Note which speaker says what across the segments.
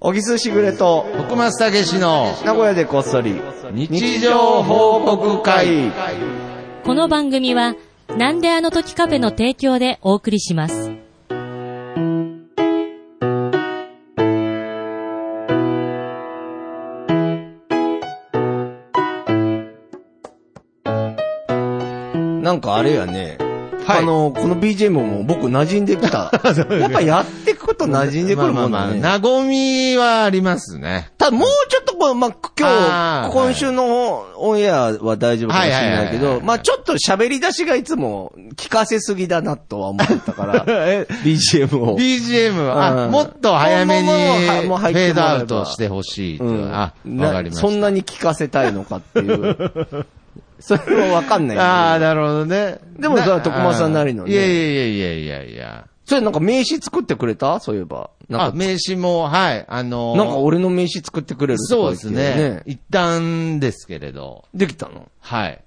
Speaker 1: 小木須しぐれと、
Speaker 2: 徳松武史の
Speaker 1: 名古屋でこっそり、
Speaker 2: 日常報告会。
Speaker 3: この番組は、なんであの時カフェの提供でお送りします。
Speaker 1: なんかあれやね、あの、この BGM も僕馴染んでき た。やっぱやっていくこと馴染んでくるもん
Speaker 2: まあ
Speaker 1: だ
Speaker 2: まあ
Speaker 1: ね。
Speaker 2: まあ、和みはありますね。
Speaker 1: ただもうちょっとこう、まあ、今
Speaker 2: あ
Speaker 1: 日、
Speaker 2: ー
Speaker 1: 今週のオンエアは大丈夫かもしれないけ
Speaker 2: はいはいはいはい
Speaker 1: ど、
Speaker 2: はい
Speaker 1: まあちょっと喋り出しがいつも聞かせすぎだなとは思ったから、BGM を。
Speaker 2: BGM、あ、
Speaker 1: うん
Speaker 2: もっと早めに、
Speaker 1: も
Speaker 2: フ
Speaker 1: うもうもうはもう入
Speaker 2: ェ
Speaker 1: っても
Speaker 2: ード
Speaker 1: らえば
Speaker 2: アウトしてほしいと。
Speaker 1: うん
Speaker 2: あ、
Speaker 1: な
Speaker 2: わかりました。
Speaker 1: そんなに聞かせたいのかっていう。 それはわかんないんだけど。
Speaker 2: ああ、なるほどね。
Speaker 1: でもそれは徳松さんなりのね
Speaker 2: いやいやいやいやいやいや。
Speaker 1: それなんか名刺作ってくれたそういえば。な
Speaker 2: あ、
Speaker 1: んか、
Speaker 2: 名刺も、はい、あのー
Speaker 1: なんか俺の名刺作ってくれるとか
Speaker 2: そう
Speaker 1: 言
Speaker 2: で
Speaker 1: って
Speaker 2: すね。。一旦ですけれど。
Speaker 1: できたの
Speaker 2: はい。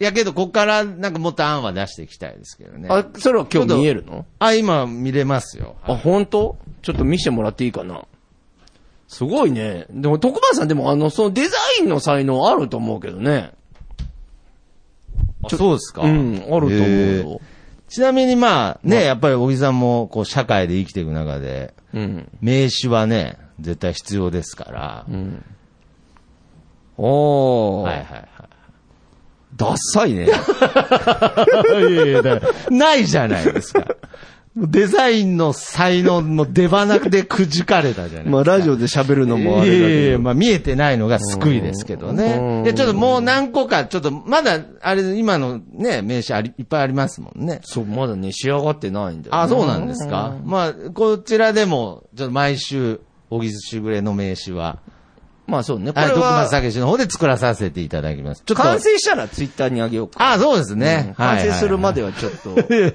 Speaker 2: いやけど、ここから、なんかもっと案は出していきたいですけどね。
Speaker 1: あ、それは今日見えるの
Speaker 2: あ、今見れますよ。
Speaker 1: あ、本当？ちょっと見せてもらっていいかな。すごいね。でも、徳川さんでも、あの、そのデザインの才能あると思うけどね。
Speaker 2: あそうですか。
Speaker 1: うん、あると
Speaker 2: へ
Speaker 1: 思う
Speaker 2: ー
Speaker 1: よ。
Speaker 2: ちなみにまあ、ね、やっぱり小木さんも、こう、社会で生きていく中で、
Speaker 1: うん。
Speaker 2: 名刺はね、絶対必要ですから。
Speaker 1: うん。おー。
Speaker 2: はいはいはい。
Speaker 1: ダッサいね。
Speaker 2: いやいやだからないじゃないですか。もうデザインの才能の出花でくじかれたじゃないですか。
Speaker 1: まあ、ラジオで喋るのもあ
Speaker 2: い
Speaker 1: れだ
Speaker 2: やいやい
Speaker 1: け
Speaker 2: や
Speaker 1: ど。
Speaker 2: まあ見えてないのが救いですけど
Speaker 1: う
Speaker 2: ね
Speaker 1: ん。
Speaker 2: で、ちょっともう何個か、ちょっとまだ、あれ、今のね、名刺あり、いっぱいありますもんね。
Speaker 1: そう、まだね、仕上がってないんだよね、
Speaker 2: あ、そうなんですか。まあ、こちらでも、ちょっと毎週、小木寿しぐれの名刺は、
Speaker 1: まあそうね。こ
Speaker 2: あ
Speaker 1: れ
Speaker 2: 徳松
Speaker 1: は、
Speaker 2: 武史の方で作らさせていただきます。ちょっと。
Speaker 1: 完成したらツイッターにあげようか。
Speaker 2: あ、そうですね。
Speaker 1: 完成するまで
Speaker 2: は
Speaker 1: はちょっと。
Speaker 2: いはいはい。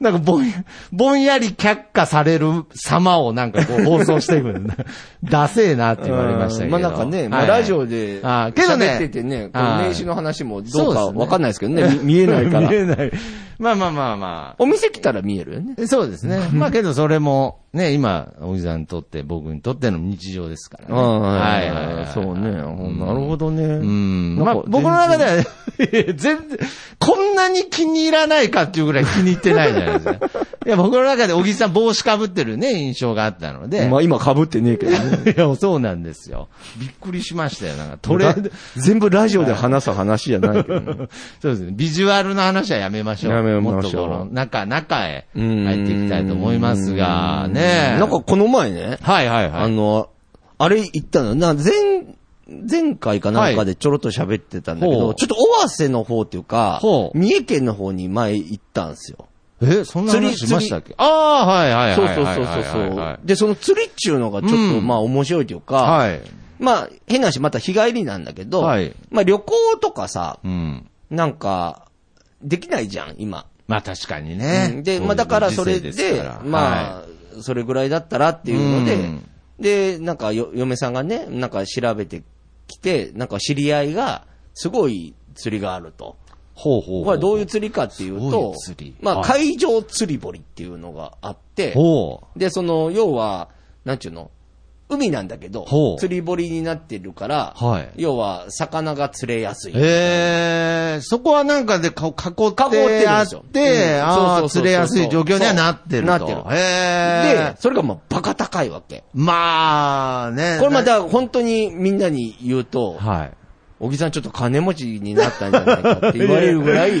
Speaker 2: なんかぼんや、ぼんやり却下される様をなんかこう放送していくんだ。 ダセーなって言われましたけど。
Speaker 1: うんまあなんかね、まあ
Speaker 2: はいはい
Speaker 1: ラジオで、
Speaker 2: あーけどね
Speaker 1: 喋っててね、この
Speaker 2: はい
Speaker 1: 名刺の話もどうか
Speaker 2: そうですね
Speaker 1: わかんないですけどね、み見えないか ら
Speaker 2: 見。えない。まあまあまあま
Speaker 1: お店来たら見えるよね。
Speaker 2: あ。そう ですね。まあけどそれも、ね、今、おじさんにとって、僕にとっての日常ですからね。
Speaker 1: そうね。なるほど
Speaker 2: う
Speaker 1: ね。
Speaker 2: ん。
Speaker 1: なんか
Speaker 2: まあ僕の中では、 いや全然、こんなに気に入らないかっていうぐらい気に入ってないじゃないです か。いや、僕の中で小木さん帽子かぶってるね、印象があったので。
Speaker 1: まあ今被ってねえけどね。
Speaker 2: いや、そうなんですよ。びっくりしましたよ。なんかトレード、
Speaker 1: 全部ラジオで話す話じゃないけどね。
Speaker 2: そうですね。ビジュアルの話はやめましょう。
Speaker 1: やめましょう
Speaker 2: もっとこの中、中へ入っていきたいと思いますが、ねえ
Speaker 1: なんか、この前ね、
Speaker 2: はいはいは
Speaker 1: あ
Speaker 2: い。
Speaker 1: の、あれ行ったの、な、前、前回かなんかでちょろっと喋ってたんだけ
Speaker 2: はい
Speaker 1: ど、
Speaker 2: ほう
Speaker 1: ちょっと尾鷲の方っていうか
Speaker 2: ほ、う
Speaker 1: 三重県の方に前行ったんですよ。
Speaker 2: え、そんな話
Speaker 1: 釣り
Speaker 2: しましたっけああ、はいはい
Speaker 1: そう
Speaker 2: はい
Speaker 1: そ
Speaker 2: は
Speaker 1: う
Speaker 2: いは
Speaker 1: そう
Speaker 2: い
Speaker 1: そ
Speaker 2: は
Speaker 1: う
Speaker 2: い。
Speaker 1: そう。で、その釣りっちゅうのがちょっと、
Speaker 2: うん
Speaker 1: まあ面白いというか、
Speaker 2: はい。
Speaker 1: まあ変な話、また日帰りなんだけど、
Speaker 2: はい
Speaker 1: まあ旅行とかさ、
Speaker 2: うん。
Speaker 1: なんか、できないじゃん、今。
Speaker 2: まあ確かに
Speaker 1: う
Speaker 2: ね
Speaker 1: ん。で、まあだからそれで、
Speaker 2: あ、
Speaker 1: まあ、それぐらいだったらっていうので、
Speaker 2: うん
Speaker 1: で、なんかよ嫁さんがね、なんか調べてきて、なんか知り合いが、すごい釣りがあると。
Speaker 2: ほうほう。
Speaker 1: これはどういうう釣りかっていう
Speaker 2: すご
Speaker 1: と
Speaker 2: い釣り、
Speaker 1: まあ
Speaker 2: はい
Speaker 1: 海上釣り堀っていうのがあって、
Speaker 2: ほ
Speaker 1: で、その、要は、なんちゅうの、海なんだけど
Speaker 2: ほ、う
Speaker 1: 釣り堀になってるから、
Speaker 2: はい
Speaker 1: 要は、魚が釣れやすい。
Speaker 2: う。へえ、そこはなんかでか囲
Speaker 1: 囲っ
Speaker 2: ってあって
Speaker 1: るんですようん
Speaker 2: あ
Speaker 1: そ
Speaker 2: あ、
Speaker 1: うそうそうそう
Speaker 2: 釣れやすい状況にはなってると。
Speaker 1: なってる
Speaker 2: へ
Speaker 1: で
Speaker 2: え。、
Speaker 1: それがまあ、バカ高いわけ。
Speaker 2: まあね。
Speaker 1: これまた本当にみんなに言うと、
Speaker 2: はい。
Speaker 1: 小木さんちょっと金持ちになったんじゃないかって言われるぐらい
Speaker 2: 普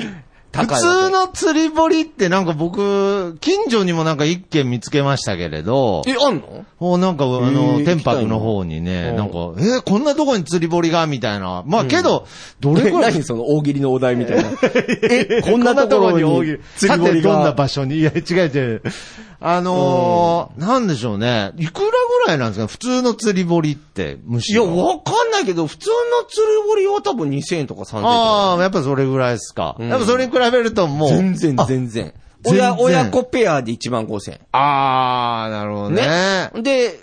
Speaker 1: 高いわけ。
Speaker 2: 通の釣り堀ってなんか僕、近所にもなんか一軒見つけましたけれど、
Speaker 1: え、あんの
Speaker 2: おなんかあ
Speaker 1: へ
Speaker 2: の、
Speaker 1: ー
Speaker 2: 天白の方にね、
Speaker 1: 行きた
Speaker 2: なん
Speaker 1: い
Speaker 2: か、えーこんなとこに釣り堀がみたいな。まあけど、どれ
Speaker 1: え
Speaker 2: くらい、
Speaker 1: 何その大喜利のお題みた いな。え、こんなところに
Speaker 2: 大喜利
Speaker 1: 釣
Speaker 2: さ
Speaker 1: り堀
Speaker 2: て
Speaker 1: が
Speaker 2: どんな場所にいや、違う違う。あのー、なんでしょうね。いくらぐらいなんですか普通の釣り堀って、む
Speaker 1: い
Speaker 2: し
Speaker 1: や、
Speaker 2: ろ。
Speaker 1: わかんないけど、普通の釣り堀は多分2000円とか3000円とか。
Speaker 2: ああ、やっぱそれぐらいですか。
Speaker 1: うん
Speaker 2: やっぱそれに比べるともう。
Speaker 1: 全然、全然。
Speaker 2: 全然
Speaker 1: 親、親子ペアで1万5000
Speaker 2: ああ、なるほど
Speaker 1: 円。
Speaker 2: ね。
Speaker 1: ね。で、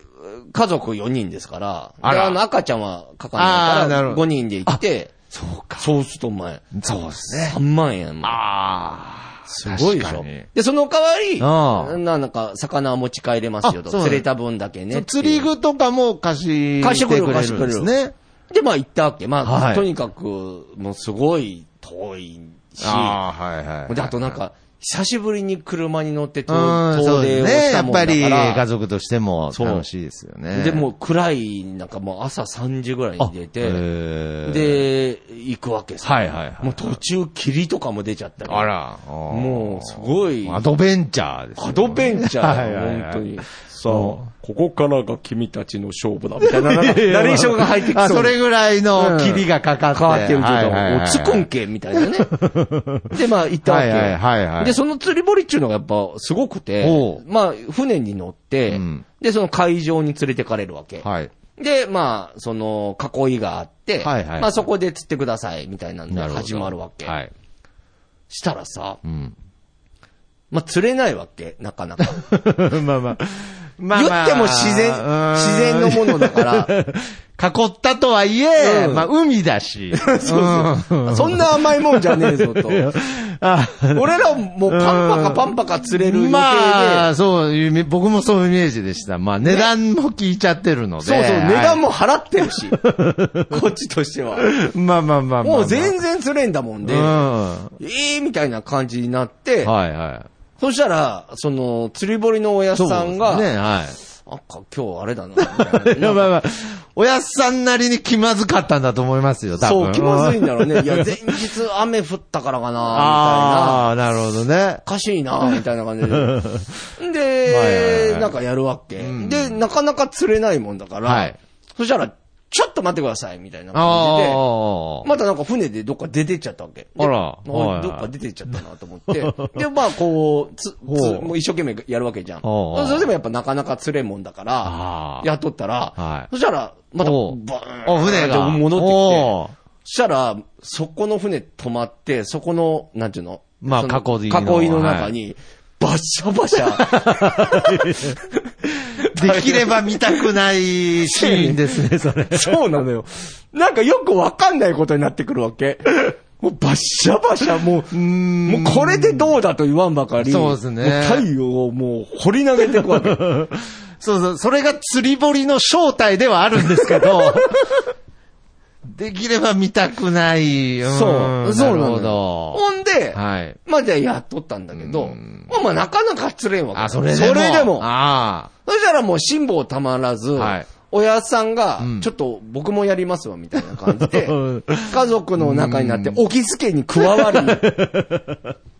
Speaker 1: 家族4人ですから、
Speaker 2: あら
Speaker 1: であの赤ちゃんはかかんな
Speaker 2: あー
Speaker 1: い
Speaker 2: な
Speaker 1: か
Speaker 2: る
Speaker 1: ら、
Speaker 2: ほど
Speaker 1: 5人で行って、そうか。そうするとお前、
Speaker 2: そうですね。
Speaker 1: 3万円。
Speaker 2: あ
Speaker 1: すごいでし
Speaker 2: 確
Speaker 1: ょ
Speaker 2: かに。
Speaker 1: で、その代わり、
Speaker 2: ああ
Speaker 1: なんか、魚は持ち帰れますよ
Speaker 2: あ
Speaker 1: と。
Speaker 2: そうなんだ
Speaker 1: 釣れた分だけねっていう。
Speaker 2: 釣り具とかも貸し
Speaker 1: 貸してて
Speaker 2: く
Speaker 1: く
Speaker 2: れ
Speaker 1: れ
Speaker 2: る
Speaker 1: る
Speaker 2: んですね。
Speaker 1: で、まあ行ったわけ。まあ、
Speaker 2: はい
Speaker 1: とにかく、もうすごい遠いし、
Speaker 2: ああ、はいはい。
Speaker 1: で、あとなんか、久しぶりに車に乗って遠
Speaker 2: うん、そう
Speaker 1: 遠
Speaker 2: で
Speaker 1: 出
Speaker 2: す
Speaker 1: を
Speaker 2: ね。
Speaker 1: し
Speaker 2: や
Speaker 1: た
Speaker 2: っ
Speaker 1: もんだか
Speaker 2: ぱ
Speaker 1: ら、
Speaker 2: り家族としても
Speaker 1: そう
Speaker 2: 楽しいですよね。
Speaker 1: で、もう暗い、なんかもう朝3時ぐらい
Speaker 2: あ
Speaker 1: に出
Speaker 2: へ
Speaker 1: て、
Speaker 2: ー
Speaker 1: で、行くわけさ。
Speaker 2: はいはいはい
Speaker 1: もう途中、霧とかも出ちゃったり。
Speaker 2: あら。
Speaker 1: もう、すごい。
Speaker 2: アドベンチャーですよ
Speaker 1: アドベンチャーだよ、
Speaker 2: はいはいはい
Speaker 1: 本当に。さあ、
Speaker 2: も
Speaker 1: ここからが君たちの勝負だ、みたいな。ナ
Speaker 2: いや
Speaker 1: レーションが入ってきそう。
Speaker 2: あ、それぐらいの
Speaker 1: うん
Speaker 2: 霧がかかって。
Speaker 1: 変わってるけど、
Speaker 2: はいはいはい
Speaker 1: おつこんけ、みたい なね。で、まあ、行ったわ
Speaker 2: はい
Speaker 1: け。
Speaker 2: はいはいはい。
Speaker 1: で、その釣り堀っていうのがやっぱすごくて
Speaker 2: ほ、
Speaker 1: まあ、船に乗って、
Speaker 2: うん
Speaker 1: で、その会場に連れてかれるわけ。
Speaker 2: はい。
Speaker 1: で、まあ、その、囲いがあって、
Speaker 2: はいはい
Speaker 1: まあ、そこで釣ってください、みたいなんで
Speaker 2: なるほど。
Speaker 1: 始まるわけ。
Speaker 2: はい。
Speaker 1: したらさ、
Speaker 2: うん。
Speaker 1: まあ、釣れないわけ、なかなか。
Speaker 2: まあまあ。まあまあ
Speaker 1: 言っても自然、自然のものだから、
Speaker 2: 囲ったとはいえ、
Speaker 1: うん
Speaker 2: まあ海だ し。 うん
Speaker 1: そんな甘いもんじゃねえぞ と。
Speaker 2: あ
Speaker 1: 俺らもうパンパカパンパカ釣れる予定で、
Speaker 2: まあ、そういうイメ、僕もそういうイメージでした。まあ、値段も聞いちゃってるので。
Speaker 1: そうそう、
Speaker 2: はい
Speaker 1: 値段。も払ってる し、こっちとしては。
Speaker 2: まあまあまあまあまあ。
Speaker 1: もう全然釣れんだもんで、
Speaker 2: うん。は
Speaker 1: ええー、みたいな感じになって、
Speaker 2: いは
Speaker 1: そしたら、その、釣り堀のおや
Speaker 2: い。
Speaker 1: すさんが、
Speaker 2: そうですね、はい。
Speaker 1: あか今日あれだな、み たい
Speaker 2: い
Speaker 1: な
Speaker 2: や、まあまあ、おやっさんなりに気まずかったんだと思いますよ、多分。
Speaker 1: そう、気まずいんだろう ね。いや、
Speaker 2: うん
Speaker 1: 前日雨降ったからかな、みたいな。
Speaker 2: ああ、なるほどね
Speaker 1: お。かしいな、みたいな 感じで。
Speaker 2: はいはい
Speaker 1: で、
Speaker 2: はい
Speaker 1: なんかやるわけ、
Speaker 2: うん
Speaker 1: で、なかなか釣れないもんだから、
Speaker 2: はい。
Speaker 1: そしたら、ちょっと待ってください、みたいな
Speaker 2: あ
Speaker 1: 感じで。
Speaker 2: あ。
Speaker 1: またなんか船でどっか出てっちゃったわけ。で
Speaker 2: あらは
Speaker 1: お
Speaker 2: い
Speaker 1: いどっか出てっちゃったなと思 って。で、まあこう、つ、つ
Speaker 2: ほう
Speaker 1: もう一生懸命やるわけじゃん。
Speaker 2: おうおう
Speaker 1: それでもやっぱなかなか釣れんもんだから、
Speaker 2: あ
Speaker 1: やっとった
Speaker 2: は
Speaker 1: ら
Speaker 2: い、
Speaker 1: そしたら、また、バ
Speaker 2: お
Speaker 1: ー
Speaker 2: う
Speaker 1: ン
Speaker 2: あ。お、船が。
Speaker 1: 戻ってきて、
Speaker 2: おう
Speaker 1: そしたら、そこの船止まって、そこの、なんていうの
Speaker 2: まあ
Speaker 1: その
Speaker 2: 囲いの
Speaker 1: 囲いの中に、バッシャバシ ャ、
Speaker 2: できれば見たくないシーンですね、それ。
Speaker 1: そうなのよ。なんかよくわかんないことになってくるわけ。 もうバッシャバシャ、もう、
Speaker 2: ん
Speaker 1: もうこれでどうだと言わんばかり。
Speaker 2: そうですね
Speaker 1: もう太陽をもう掘り投げていく わけ。
Speaker 2: そうそう、それが釣り堀の正体ではあるんですけど、 できれば見たくない。ん
Speaker 1: そう、そうな
Speaker 2: る
Speaker 1: の
Speaker 2: ほ
Speaker 1: よ
Speaker 2: ど。
Speaker 1: ほんで、
Speaker 2: はい。
Speaker 1: まあじゃあやっとったんだけど、
Speaker 2: うん
Speaker 1: まあまあなかなか釣れんわけ。
Speaker 2: あ、それでも。
Speaker 1: それでも。
Speaker 2: あ
Speaker 1: そしたらもう辛抱たまらず、
Speaker 2: はい
Speaker 1: 親さんが
Speaker 2: うん、
Speaker 1: ちょっと僕もやりますわ、みたいな感じで、
Speaker 2: うん
Speaker 1: 家族の中になって、お気づけに加わ り、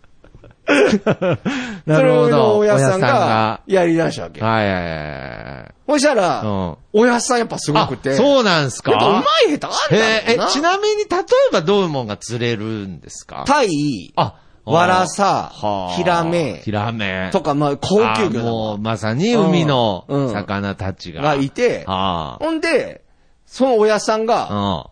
Speaker 1: そ
Speaker 2: あ。な
Speaker 1: れ
Speaker 2: るほど。
Speaker 1: を親さん
Speaker 2: 親
Speaker 1: がやり出したわけ。
Speaker 2: はいはいはいはい。
Speaker 1: そしたら、
Speaker 2: うん
Speaker 1: 親さんやっぱすごくて、
Speaker 2: あ
Speaker 1: う
Speaker 2: そうなんです
Speaker 1: やっぱ
Speaker 2: か
Speaker 1: うまい下手あん
Speaker 2: へ
Speaker 1: だ
Speaker 2: え
Speaker 1: ろう
Speaker 2: え、
Speaker 1: な。
Speaker 2: ちなみに、例えばどういうもんが釣れるんですか
Speaker 1: タイ、
Speaker 2: あ
Speaker 1: わらさ
Speaker 2: はあ、
Speaker 1: ヒラメ
Speaker 2: ヒ、ラメ。
Speaker 1: とか、まあ、高級
Speaker 2: あ
Speaker 1: 魚だ
Speaker 2: もう、
Speaker 1: わ
Speaker 2: まさに海の
Speaker 1: うんうん
Speaker 2: 魚たちが。
Speaker 1: がいて、
Speaker 2: あ
Speaker 1: ほんで、その親さん
Speaker 2: あ。う
Speaker 1: が
Speaker 2: ん。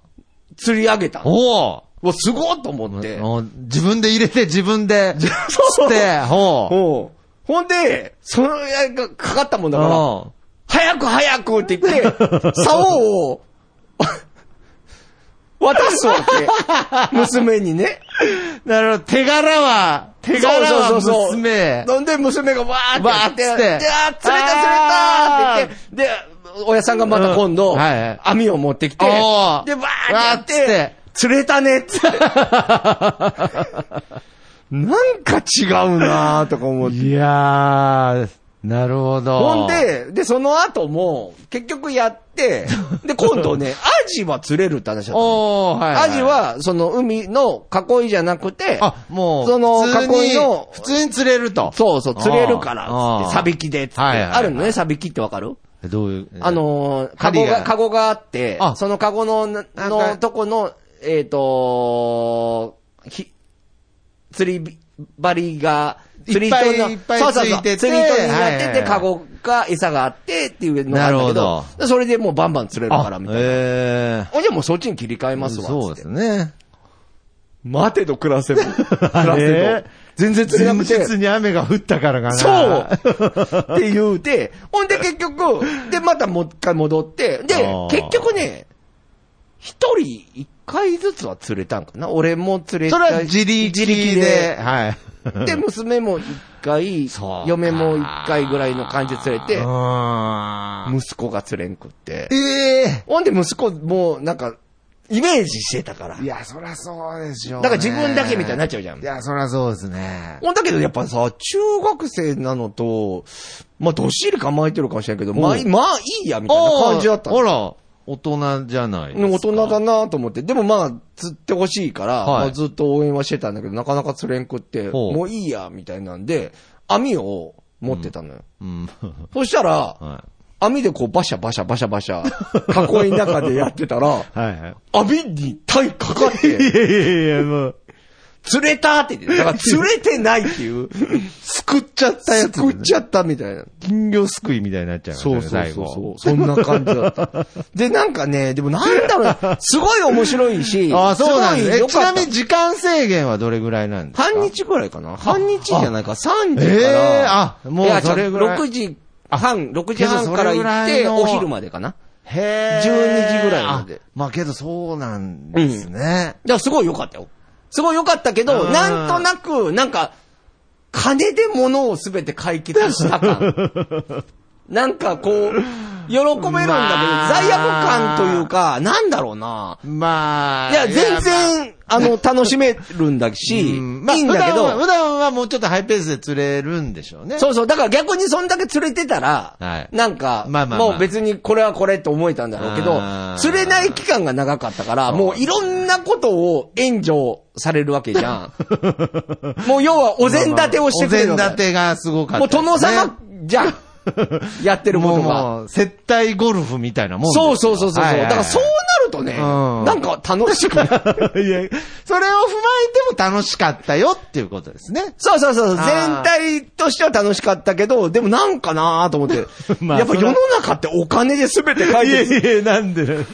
Speaker 1: 釣り上げたの。
Speaker 2: おお
Speaker 1: うわ、すごいと思って。
Speaker 2: もう自分で入れて、自分で、釣
Speaker 1: そう
Speaker 2: って、ほう。
Speaker 1: ほうほんで、その親がかかったもんだから、
Speaker 2: お
Speaker 1: 早く早くって 言って、竿を、 渡すわ け。娘にね。
Speaker 2: なるほど、手柄は、手柄は
Speaker 1: そうそうそうそう
Speaker 2: 娘。
Speaker 1: なんで娘がわー
Speaker 2: わーっ
Speaker 1: ってて
Speaker 2: や
Speaker 1: や
Speaker 2: っ
Speaker 1: ってて、じゃあ、釣れた釣れたって言って、で、親さんがまた今
Speaker 2: う
Speaker 1: 度
Speaker 2: んはいはい、
Speaker 1: 網を持ってきて、
Speaker 2: お
Speaker 1: で、
Speaker 2: ー
Speaker 1: わーってやって
Speaker 2: わーっつって、
Speaker 1: 釣れたねっつって。なんか違うなーとか思って。
Speaker 2: いやー、なるほど。
Speaker 1: ほん、で、で、その後も、結局やって、で、今度 ね、アジは釣れるって話だったの。
Speaker 2: おー、はい、はい。
Speaker 1: アジ、は、その海の囲いじゃなくて、
Speaker 2: あ、もう、
Speaker 1: その
Speaker 2: 普通に
Speaker 1: 囲いの
Speaker 2: 普通に釣れると。
Speaker 1: そうそう、釣れるからっ
Speaker 2: あー
Speaker 1: つって、サビキでっつって。
Speaker 2: はいはいはい
Speaker 1: あるのね、サビキってわかる
Speaker 2: どういう、
Speaker 1: あ、のー、カ
Speaker 2: 針
Speaker 1: ゴ
Speaker 2: が
Speaker 1: が、カゴがあって
Speaker 2: あ、
Speaker 1: そのカゴの、な
Speaker 2: なんか
Speaker 1: のとこの、えっ、とひ、釣り針が、釣り
Speaker 2: いっ
Speaker 1: 糸
Speaker 2: ぱ
Speaker 1: の
Speaker 2: いいっぱい
Speaker 1: そうそうそう
Speaker 2: ついてて
Speaker 1: 釣り糸になってて、
Speaker 2: はいはいはい
Speaker 1: カゴが餌があってっていうのがあるんだけ
Speaker 2: なる
Speaker 1: ど
Speaker 2: ほ、
Speaker 1: でそれでもうバンバン釣れるからみたいな。
Speaker 2: え
Speaker 1: ほんじゃもうそっちに切り替え
Speaker 2: ー
Speaker 1: ますわ。
Speaker 2: そう
Speaker 1: つっ
Speaker 2: です
Speaker 1: て。
Speaker 2: ね。
Speaker 1: 待てど暮らせど。暮ら
Speaker 2: あ
Speaker 1: せ
Speaker 2: れ
Speaker 1: ど。全然釣れなくて。
Speaker 2: に雨が降ったからかな
Speaker 1: そうって言うて、ほんで結局、で、またもう一回戻って、で
Speaker 2: あー、
Speaker 1: 結局ね、一人一回ずつは釣れたんかな俺も釣れた
Speaker 2: そ
Speaker 1: し
Speaker 2: れは自力で。はい。
Speaker 1: で、娘も一回
Speaker 2: そうか、
Speaker 1: 嫁も一回ぐらいの感じで連れて、
Speaker 2: あ
Speaker 1: 息子が釣れんくって
Speaker 2: ー。え
Speaker 1: ほんで息子もうなんか、イメージしてたから
Speaker 2: え。いや、そりゃそうでしょう、
Speaker 1: だ
Speaker 2: ね。
Speaker 1: から自分だけみたいになっちゃうじゃん
Speaker 2: いや、そりゃそうですね。
Speaker 1: ほんだけどやっぱさ、中学生なのと、まあ、どっしり構えてるかもしれんけど、まあ、
Speaker 2: おう
Speaker 1: まあいいや、みたいな感じだった
Speaker 2: あー
Speaker 1: の
Speaker 2: あら、大人じゃないですか。
Speaker 1: 大人だなと思って。でもまあ、釣ってほしいから、
Speaker 2: はい
Speaker 1: まあずっと応援はしてたんだけど、なかなか釣れんくって、
Speaker 2: ほう
Speaker 1: もういいや、みたいなんで、網を持ってたのよ。
Speaker 2: うん。
Speaker 1: そしたら、
Speaker 2: は
Speaker 1: 網でこうバシャバシャバシャバシャ、囲いの中でやってた ら、
Speaker 2: い。はいはい。
Speaker 1: 網に体かか って、
Speaker 2: やいやいや、もう。
Speaker 1: 釣れたって言って、だから釣れてないっていう、
Speaker 2: 救っちゃったやつ。
Speaker 1: 作っちゃったみたいな。
Speaker 2: 金魚すくいみたいになっちゃうか
Speaker 1: そう
Speaker 2: らね
Speaker 1: そう
Speaker 2: 最
Speaker 1: そう
Speaker 2: 後
Speaker 1: そう。そんな感じだった。で、なんかね、でもなんだろうな、すごい面白いし、
Speaker 2: ああ、そうなんです
Speaker 1: ごい
Speaker 2: ね。
Speaker 1: 良
Speaker 2: えち
Speaker 1: か
Speaker 2: な
Speaker 1: っ
Speaker 2: み
Speaker 1: た
Speaker 2: に時間制限はどれぐらいなんですか
Speaker 1: 半日ぐらいかな半日じゃないか、3時から。
Speaker 2: ええあもう
Speaker 1: や
Speaker 2: それぐらい
Speaker 1: 6時半、6時半から
Speaker 2: けどそれぐ
Speaker 1: 行っ
Speaker 2: らい
Speaker 1: て、
Speaker 2: の
Speaker 1: お昼までかな。
Speaker 2: へー
Speaker 1: 12時ぐらいまで
Speaker 2: あまあけどそうなんですね。
Speaker 1: だからすごい良かったよ。すごい良かったけ
Speaker 2: う
Speaker 1: ど、
Speaker 2: ん
Speaker 1: なんとなく、なんか、金で物をすべて解決した感。 なんかこう、喜べるんだけど、罪
Speaker 2: まあ
Speaker 1: 悪感というか、なんだろうな。
Speaker 2: まあ。
Speaker 1: いや、全然、あの、楽しめるんだし、いい
Speaker 2: うんまあ、
Speaker 1: んだけ
Speaker 2: 普段は
Speaker 1: ど、
Speaker 2: 普段はもうちょっとハイペースで釣れるんでしょうね。
Speaker 1: そうそう、だから逆にそんだけ釣れてたら、
Speaker 2: はい
Speaker 1: なんか、
Speaker 2: まあまあまあ
Speaker 1: もう別にこれはこれって思えたんだろうけど
Speaker 2: あー、
Speaker 1: 釣れない期間が長かったから、もういろんなことを援助されるわけじ ゃん。もう要はお膳立てをしてくれる
Speaker 2: お
Speaker 1: わけ。
Speaker 2: 膳立てがすごかった、
Speaker 1: もう殿様じゃん。やってるこ
Speaker 2: もう
Speaker 1: とが。
Speaker 2: もう、接待ゴルフみたいなもんです
Speaker 1: そ
Speaker 2: よ
Speaker 1: うそうそうそう。
Speaker 2: は
Speaker 1: だ
Speaker 2: い はいはい
Speaker 1: からそうなるとね、
Speaker 2: うん
Speaker 1: なんか楽しくなる
Speaker 2: いや、それを踏まえても楽しかったよっていうことですね。
Speaker 1: そうそうそう。全
Speaker 2: あー。
Speaker 1: 体としては楽しかったけど、でもなんかなーと思って
Speaker 2: まあ
Speaker 1: やっぱ世の中ってお金で全て解
Speaker 2: いや
Speaker 1: 決
Speaker 2: いや、なんでなん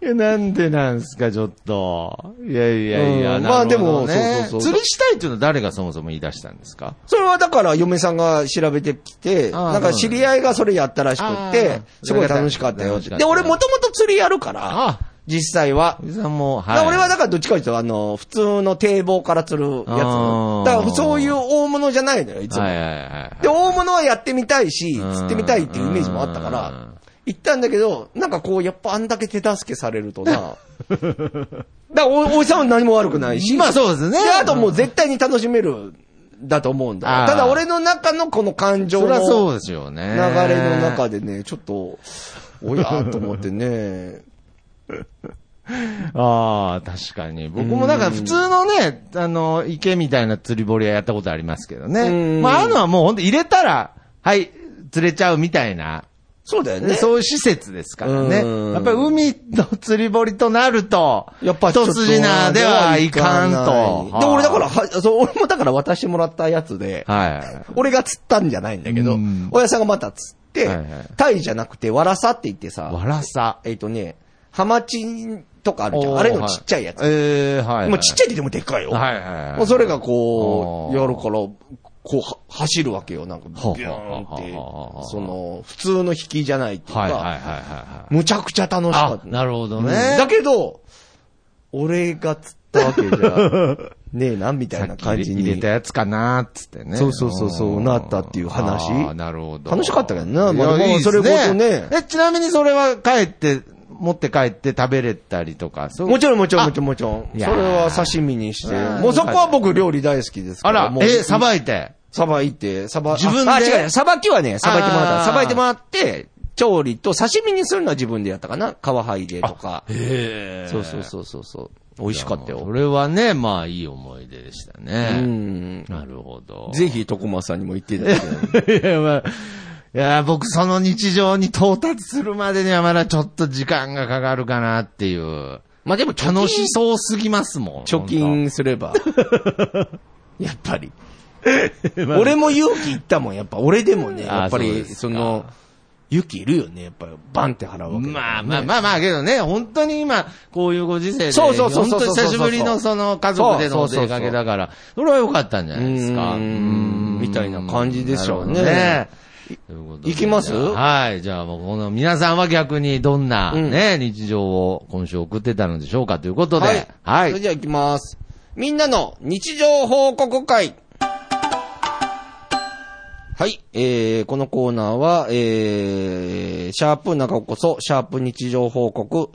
Speaker 2: いや、なんでなんすか、ちょっと。いやいやいや、
Speaker 1: うん
Speaker 2: なるほどね
Speaker 1: まあでもそうそうそう
Speaker 2: 釣りしたいっていうのは誰がそもそも言い出したんですか
Speaker 1: それはだから嫁さんが調べてきて、
Speaker 2: ああ
Speaker 1: なんか知り合いがそれやったらしくっ
Speaker 2: ああ
Speaker 1: て、すごい楽しかったよっ
Speaker 2: 楽しか
Speaker 1: て。
Speaker 2: った
Speaker 1: で、俺もともと釣りやるから、
Speaker 2: あ、
Speaker 1: 実際は。
Speaker 2: おじさんも、
Speaker 1: だか
Speaker 2: は
Speaker 1: ら
Speaker 2: い。
Speaker 1: 俺はだからどっちかというと、あの、普通の堤防から釣るやつ。だ
Speaker 2: ああ
Speaker 1: からそういう大物じゃないのよ、いつも。
Speaker 2: はいはいはい。
Speaker 1: で、大物はやってみたいし、
Speaker 2: うん
Speaker 1: 釣ってみたいっていうイメージもあったか
Speaker 2: う
Speaker 1: ら
Speaker 2: ん、
Speaker 1: 行ったんだけど、なんかこう、やっぱあんだけ手助けされるとな。 だからお、おじさんは何も悪くないし。
Speaker 2: まあそうですね。
Speaker 1: で、あともう絶対に楽しめる、だと思うんだ
Speaker 2: あ。ー
Speaker 1: ただ俺の中のこの感情
Speaker 2: そり
Speaker 1: の
Speaker 2: ゃそう
Speaker 1: 流
Speaker 2: ですよね。
Speaker 1: れの中
Speaker 2: で。
Speaker 1: でね、ちょっと、おやと思ってね。
Speaker 2: ああ、確かに。僕もなんか普通のね、あの、池みたいな釣り堀はやったことありますけど
Speaker 1: う
Speaker 2: ね。
Speaker 1: ん
Speaker 2: まあ、ああいうのはもうほんと入れたら、はい、釣れちゃうみたいな。
Speaker 1: そうだよね。
Speaker 2: そういう施設ですからね。
Speaker 1: うん
Speaker 2: やっぱり海の釣り堀となると、
Speaker 1: やっぱちょっ
Speaker 2: 一
Speaker 1: と
Speaker 2: 筋縄ではいかん
Speaker 1: い
Speaker 2: と。
Speaker 1: で、俺だから、
Speaker 2: は
Speaker 1: は、そう、俺もだから渡してもらったやつで、
Speaker 2: い。
Speaker 1: 俺が釣ったんじゃないんだけ
Speaker 2: う
Speaker 1: ど
Speaker 2: ん、
Speaker 1: 親さんがまた釣って
Speaker 2: はいはい、
Speaker 1: タイじゃなくて、ワラサって言って
Speaker 2: わ
Speaker 1: さ、
Speaker 2: らさ。
Speaker 1: えっとね、ハマチとかあるじゃ
Speaker 2: お
Speaker 1: ん。
Speaker 2: ー
Speaker 1: あれのちっちゃいやつ。
Speaker 2: はいえー、はいはい。
Speaker 1: もうちっちゃいって言ってもでっかいよ。
Speaker 2: はいはいはい。
Speaker 1: もうそれがこう、
Speaker 2: あー
Speaker 1: やるから、こうは、走るわけよ。なんか、ビ
Speaker 2: はあ
Speaker 1: ューンって
Speaker 2: はあはあはあ、
Speaker 1: その、普通の引きじゃないっていう
Speaker 2: はいはいはい
Speaker 1: か、
Speaker 2: はいはい。
Speaker 1: むちゃくちゃ楽しか
Speaker 2: あ
Speaker 1: っ、た。
Speaker 2: なるほど
Speaker 1: うん
Speaker 2: ね。
Speaker 1: だけど、俺が釣ったわけじゃ、ねえな、みたいな
Speaker 2: さっ
Speaker 1: 感
Speaker 2: き
Speaker 1: じ
Speaker 2: 入れ
Speaker 1: に
Speaker 2: た。やつかなーっつってね。
Speaker 1: そうそうそうそうんなったっていう話
Speaker 2: あーなるほど。
Speaker 1: 楽しかったけどないま
Speaker 2: や
Speaker 1: あでも
Speaker 2: いいですね
Speaker 1: それこそね
Speaker 2: え、ちなみにそれは帰って、持って帰って食べれたりとか、そう
Speaker 1: もちろん、もちろん、もちろん、もちろん。
Speaker 2: い
Speaker 1: それ
Speaker 2: やー
Speaker 1: は刺身にして
Speaker 2: うん。
Speaker 1: もうそこは僕料理大好きですか
Speaker 2: あ
Speaker 1: ら。
Speaker 2: ら
Speaker 1: も、う
Speaker 2: え、さばいて。
Speaker 1: さばいて、さば、
Speaker 2: 自分で
Speaker 1: ああ、違うね。さばきはね、さばいてもらっ
Speaker 2: あー
Speaker 1: た。さばいてもらって、調理と刺身にするのは自分でやったかな。皮剥いでとか。
Speaker 2: へ
Speaker 1: そうそうそうそうそう。美味しかった
Speaker 2: こ
Speaker 1: よ。
Speaker 2: れはね、まあいい思い出でした
Speaker 1: う
Speaker 2: ね。
Speaker 1: ん。
Speaker 2: なるほど。
Speaker 1: ぜひ、徳間さんにも言っていただきたい。
Speaker 2: いや、まあ、 いや、僕その日常に到達するまでにはまだちょっと時間がかかるかなっていう。
Speaker 1: まあでも、
Speaker 2: 楽
Speaker 1: 楽
Speaker 2: し
Speaker 1: し
Speaker 2: そうすぎますもん。
Speaker 1: 貯金すれ ば。やっぱ り。俺も勇気いったもん、やっぱ。俺でもね、
Speaker 2: あー
Speaker 1: やっぱ
Speaker 2: そうで
Speaker 1: り、
Speaker 2: すか
Speaker 1: その、勇気いるよね、やっぱり。バンって払うわけだ
Speaker 2: まあまあまあまあけどね、本当に今、こういうご時世で、
Speaker 1: そうそうそうそう
Speaker 2: 本当に久しぶりのその家族での
Speaker 1: そ
Speaker 2: お
Speaker 1: うそうそうそう
Speaker 2: 出かけだから、それは良かったんじゃないですか。
Speaker 1: うーん
Speaker 2: うーん
Speaker 1: みたいな感じでしょうね。
Speaker 2: なるほどねとうことで
Speaker 1: いきます
Speaker 2: はい。じゃあ、もうこの皆さんは逆にどんな
Speaker 1: うん
Speaker 2: ね、日常を今週送ってたのでしょうかということ
Speaker 1: は
Speaker 2: で
Speaker 1: い。。
Speaker 2: は
Speaker 1: それ
Speaker 2: い。
Speaker 1: じゃあ行きます。みんなの日常報告会。はい。えー、このコーナーは、えー、シャープ中こそ、シャープ日常報告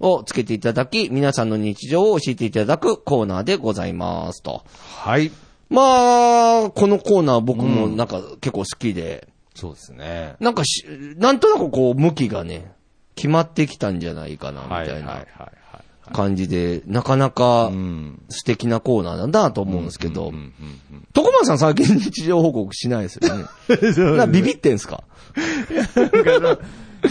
Speaker 1: をつけていただき、皆さんの日常を教えていただくコーナーでございますと。
Speaker 2: はい。
Speaker 1: まあ、このコーナー僕もなんか結構好きで、
Speaker 2: そうですね。
Speaker 1: なんかし、なんとなくこう向きがね、決まってきたんじゃないかな、み
Speaker 2: はい。はい。
Speaker 1: た
Speaker 2: はいい。
Speaker 1: な
Speaker 2: は
Speaker 1: い感じで、なかなか
Speaker 2: うん。
Speaker 1: 素敵なコーナーなんだなと思うんですけど
Speaker 2: うんう、んうん
Speaker 1: 徳間さん最近日常報告しないですよね。 なんかビビってんすか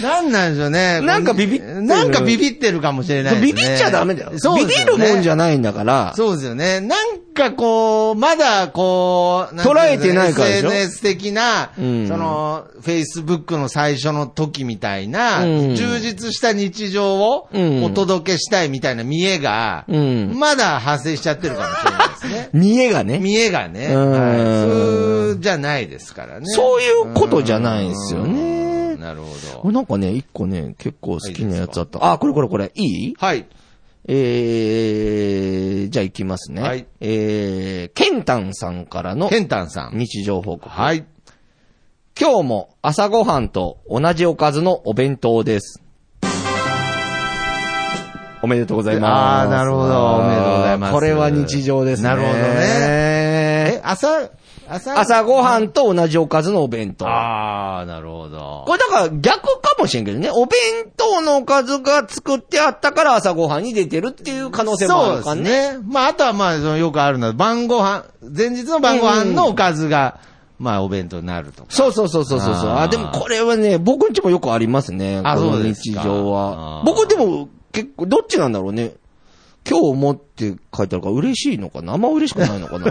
Speaker 2: なんなんでしょうね。
Speaker 1: なんかビビってる
Speaker 2: なんかビビってるかもしれないですね。
Speaker 1: ビビっちゃダメだよ。
Speaker 2: そう
Speaker 1: ビ
Speaker 2: で
Speaker 1: ビ
Speaker 2: す
Speaker 1: る
Speaker 2: よね
Speaker 1: もんじゃないんだから、
Speaker 2: そうですよね。なんかこう、まだこう、んうんです
Speaker 1: 捉えてないからでしょ
Speaker 2: SNS 的な、
Speaker 1: うん
Speaker 2: その、Facebook の最初の時みたいな、
Speaker 1: うん
Speaker 2: 充実した日常を
Speaker 1: うん
Speaker 2: お届けしたいみたいな見栄が、
Speaker 1: うん。
Speaker 2: まだ発生しちゃってるかもしれないですね
Speaker 1: 見栄がね、
Speaker 2: 見栄がね、
Speaker 1: うん
Speaker 2: はい、そうじゃないですからね。
Speaker 1: そういうことじゃないんですよ
Speaker 2: う
Speaker 1: ね
Speaker 2: ん。なるほど。
Speaker 1: なんかね、一個ね、結構好きなやつあった。あ、これこれこれ、いい
Speaker 2: はい。
Speaker 1: えー、じゃあ行きますね。
Speaker 2: はい
Speaker 1: えー、ケンタンさんからの
Speaker 2: ケンタンさん。
Speaker 1: 日常報告。
Speaker 2: はい。
Speaker 1: 今日も朝ごはんと同じおかずのお弁当です。おめでとうございます。
Speaker 2: あーなるほどおめでとうございます
Speaker 1: これは日常ですね。
Speaker 2: なるほどえ
Speaker 1: ね。、
Speaker 2: 朝、朝
Speaker 1: 朝ごはんと同じおかずのお弁当。
Speaker 2: ああ、なるほど。
Speaker 1: これだから逆かもしれんけどね。お弁当のおかずが作ってあったから朝ごはんに出てるっていう可能性もあるか
Speaker 2: そう
Speaker 1: ね。
Speaker 2: ですね。まあ、あとはまあ、そのよくあるのは、晩ご飯、前日の晩ご飯のおかずが、まあ、お弁当になると。
Speaker 1: そうそうそうそうそうそう。
Speaker 2: あー
Speaker 1: あ、でもこれはね、僕んちもよくありますね。
Speaker 2: あ
Speaker 1: この
Speaker 2: そうです
Speaker 1: 日
Speaker 2: か
Speaker 1: 常
Speaker 2: あ
Speaker 1: は
Speaker 2: ー。
Speaker 1: 僕でも結構、どっちなんだろうね。今日もって書いてあるから嬉しいのかなあんま嬉しくないのか な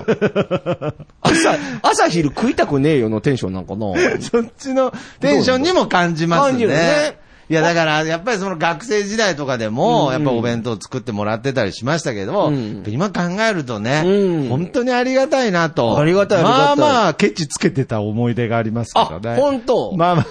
Speaker 1: 朝、朝昼食いたくねえよのテンションなんかな
Speaker 2: そっちのテンションにも感じます
Speaker 1: 感じる
Speaker 2: ね
Speaker 1: ね。
Speaker 2: いや、だから、やっぱりその学生時代とかで
Speaker 1: う
Speaker 2: も、
Speaker 1: ん
Speaker 2: やっぱお弁当作ってもらってたりしましたけど、
Speaker 1: うん
Speaker 2: 今考えるとね、
Speaker 1: うん
Speaker 2: 本当にありがたいなと。
Speaker 1: ありがたいありがたい
Speaker 2: まあまあ、ケチつけてた思い出がありますけど
Speaker 1: あ
Speaker 2: ね。、
Speaker 1: 本当ま
Speaker 2: まあまあ。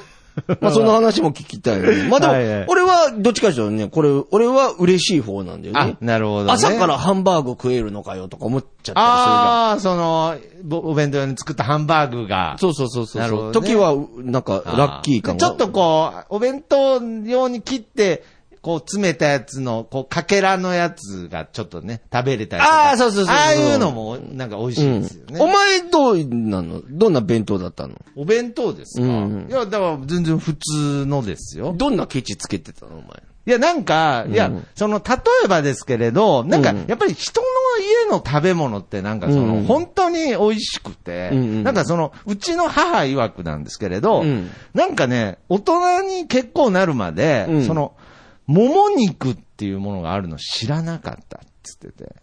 Speaker 1: あその話も聞きたいよね。まあでも
Speaker 2: はいはい、
Speaker 1: 俺はどっちかというとね、これ、俺は嬉しい方なんだよ
Speaker 2: あ
Speaker 1: ね、。
Speaker 2: なるほど、ね。
Speaker 1: 朝からハンバーグ食えるのかよとか思っちゃったりするじゃん。
Speaker 2: ああ、その、ぼお弁当用に作ったハンバーグが。
Speaker 1: そうそうそうそう。
Speaker 2: なるほどね
Speaker 1: 時は、なんか、
Speaker 2: あー
Speaker 1: ラッキー感が。
Speaker 2: ちょっとこう、お弁当用に切って、こう詰めたやつの、こう、かけらのやつがちょっとね、食べれたりとか
Speaker 1: あーそうそうそうそう
Speaker 2: ああいうのも、なんか美味しいですよね。
Speaker 1: うんお前どうなのどんな弁当だったの
Speaker 2: お弁当ですか、
Speaker 1: うん
Speaker 2: いや、だから全然普通のですよ。
Speaker 1: どんなケチつけてたのお前。
Speaker 2: いや、なんか、いや、その、例えばですけれど、なんか、やっぱり人の家の食べ物ってなんかその、
Speaker 1: うん
Speaker 2: 本当に美味しくて、
Speaker 1: うんうん
Speaker 2: なんかその、うちの母曰くなんですけれど、
Speaker 1: うん
Speaker 2: なんかね、大人に結構なるまで、
Speaker 1: うん
Speaker 2: その、もも肉っていうものがあるの知らなかったっつってて、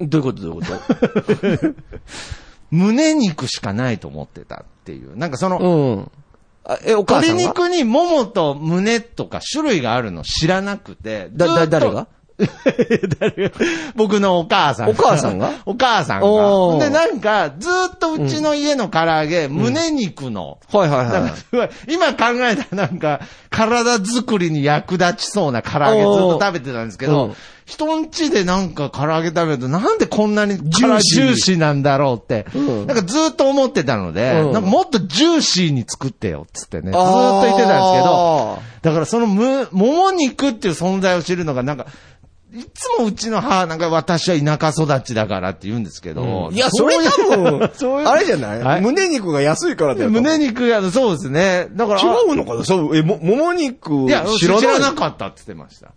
Speaker 1: どういうことどういうこと
Speaker 2: 胸肉しかないと思ってたっていう、なんかその、
Speaker 1: うん。あえ、お母さ
Speaker 2: 鶏
Speaker 1: んが
Speaker 2: 肉にももと胸とか種類があるの知らなくて、
Speaker 1: だ、
Speaker 2: ずっ
Speaker 1: だ、
Speaker 2: と
Speaker 1: 誰が
Speaker 2: 誰が 僕のお母さん
Speaker 1: お母さんが
Speaker 2: お母さん
Speaker 1: お
Speaker 2: が。
Speaker 1: ー
Speaker 2: で、なんか、ずっとうちの家の唐揚げ、胸肉の。
Speaker 1: はいはい
Speaker 2: なん
Speaker 1: は
Speaker 2: かすごい、今考えたらなんか、体作りに役立ちそうな唐揚げずっと食べてたんですけ
Speaker 1: おーう
Speaker 2: ど
Speaker 1: ん、
Speaker 2: 人ん家でなんか唐揚げ食べると、なんでこんなに
Speaker 1: ジューシー
Speaker 2: ジューシーなんだろうって、
Speaker 1: うん
Speaker 2: なんかずっと思ってたので、
Speaker 1: うん
Speaker 2: なんかもっとジューシーに作ってよ、つってね、
Speaker 1: い。
Speaker 2: ずっと言ってたんですけ
Speaker 1: あ
Speaker 2: ど、だからそのむ、もも肉っていう存在を知るのがなんか、いつもうちの母なんか私は田舎育ちだからって言うんですけど。
Speaker 1: ーいや、それ多分、
Speaker 2: そういう
Speaker 1: あれじゃない、
Speaker 2: はい
Speaker 1: 胸肉が安いからだよ。
Speaker 2: 胸肉が、そうですね。だから、
Speaker 1: 違うのかなそう、え、も、もも肉
Speaker 2: いや、
Speaker 1: 知
Speaker 2: 知
Speaker 1: らない。
Speaker 2: らなかったって言ってました。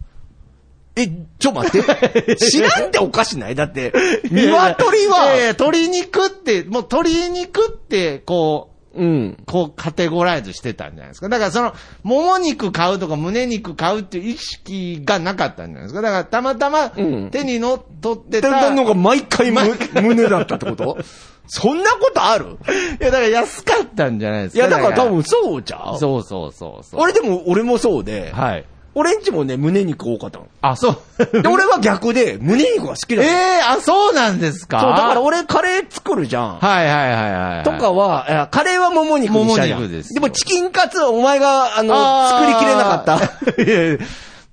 Speaker 1: え、ちょ待 って。知らんっておかしないだって、鶏
Speaker 2: いやいや
Speaker 1: は、
Speaker 2: 鶏肉って、もう鶏肉って、こう、
Speaker 1: うん。
Speaker 2: こうカテゴライズしてたんじゃないですか。だからその、もも肉買うとか胸肉買うっていう意識がなかったんじゃないですか。だからたまたま
Speaker 1: うん
Speaker 2: 手にのっ取ってた、
Speaker 1: 天丼の方が毎回む
Speaker 2: 毎
Speaker 1: 胸だったってことそんなことある
Speaker 2: いや、だから安かったんじゃないです
Speaker 1: い
Speaker 2: か。
Speaker 1: や、だから多分そうじゃん。
Speaker 2: そうそうそうそう。
Speaker 1: 俺でも、俺もそうで、
Speaker 2: はい。
Speaker 1: 俺んちもね、胸肉多か ったの。
Speaker 2: あ、そう。
Speaker 1: で、俺は逆で、胸肉が好き
Speaker 2: え
Speaker 1: だった。
Speaker 2: えあ、そうなんですか
Speaker 1: そう、だから俺カレー作るじゃん。
Speaker 2: はいはいはいはい。
Speaker 1: とかは、えーカレーはもも肉にしたじゃん
Speaker 2: もも肉です
Speaker 1: でもチキンカツはお前が、あの、
Speaker 2: あー
Speaker 1: 作りきれなかった。
Speaker 2: いやいや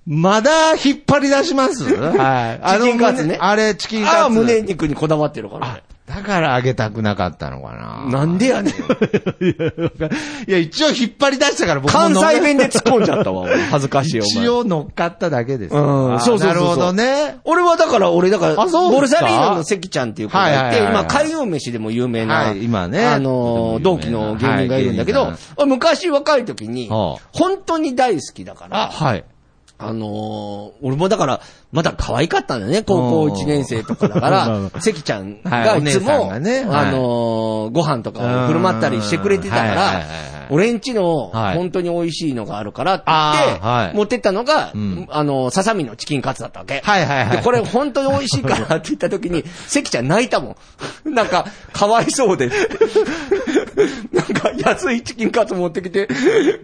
Speaker 2: まだ引っ張り出し ますはい。あの
Speaker 1: チキンカツね
Speaker 2: あれ、チキンカツ。
Speaker 1: ああー、胸肉にこだわってるからね。
Speaker 2: だからあげたくなかったのかな。
Speaker 1: なんでや ねん。
Speaker 2: いや、一応引っ張り出したから僕も
Speaker 1: 関
Speaker 2: 乗っ
Speaker 1: 西弁で突っ込んじゃったわ、 俺恥ずかしいよ、お
Speaker 2: 一
Speaker 1: 前。
Speaker 2: 応乗っかっただけです。
Speaker 1: うん
Speaker 2: あー
Speaker 1: そうそうそうそう
Speaker 2: なるほどね。
Speaker 1: 俺はだから、俺だから、
Speaker 2: あそう
Speaker 1: ボル
Speaker 2: です
Speaker 1: サ
Speaker 2: か
Speaker 1: リーノの関ちゃんっていう子がいて、
Speaker 2: はいはいはいは
Speaker 1: 今、
Speaker 2: い
Speaker 1: 海洋飯でも有名な、
Speaker 2: はい今ね
Speaker 1: あのー、
Speaker 2: と
Speaker 1: 同
Speaker 2: て
Speaker 1: 期
Speaker 2: も有名
Speaker 1: の
Speaker 2: な
Speaker 1: 芸人がいるんだけ
Speaker 2: は
Speaker 1: ど
Speaker 2: い芸、
Speaker 1: 昔若い時に、
Speaker 2: は
Speaker 1: 本
Speaker 2: あ
Speaker 1: 当に大好きだから、
Speaker 2: はい。
Speaker 1: あのー、俺もだから、まだ可愛かったんだよね、高校1年生とかだか
Speaker 2: まあま
Speaker 1: ら、
Speaker 2: あ
Speaker 1: 関ちゃん
Speaker 2: は
Speaker 1: がいつ
Speaker 2: いお姉さん
Speaker 1: も、
Speaker 2: がねはい
Speaker 1: あのー、ご飯とかを振る舞ったりしてくれてたか
Speaker 2: うんはい
Speaker 1: ら
Speaker 2: はいはいはい、
Speaker 1: 俺んちの
Speaker 2: はい
Speaker 1: 本当に美味しいのがあるからって言っ
Speaker 2: あ
Speaker 1: て、
Speaker 2: ーはい
Speaker 1: 持ってったのが、
Speaker 2: うん
Speaker 1: あのー、ささみのチキンカツだったわけ。
Speaker 2: はいはいはい
Speaker 1: で、これ本当に美味しいからって言った 時に、関ちゃん泣いたもん。なんか、かわいそうで。なんか、安いチキンカツ持ってきて、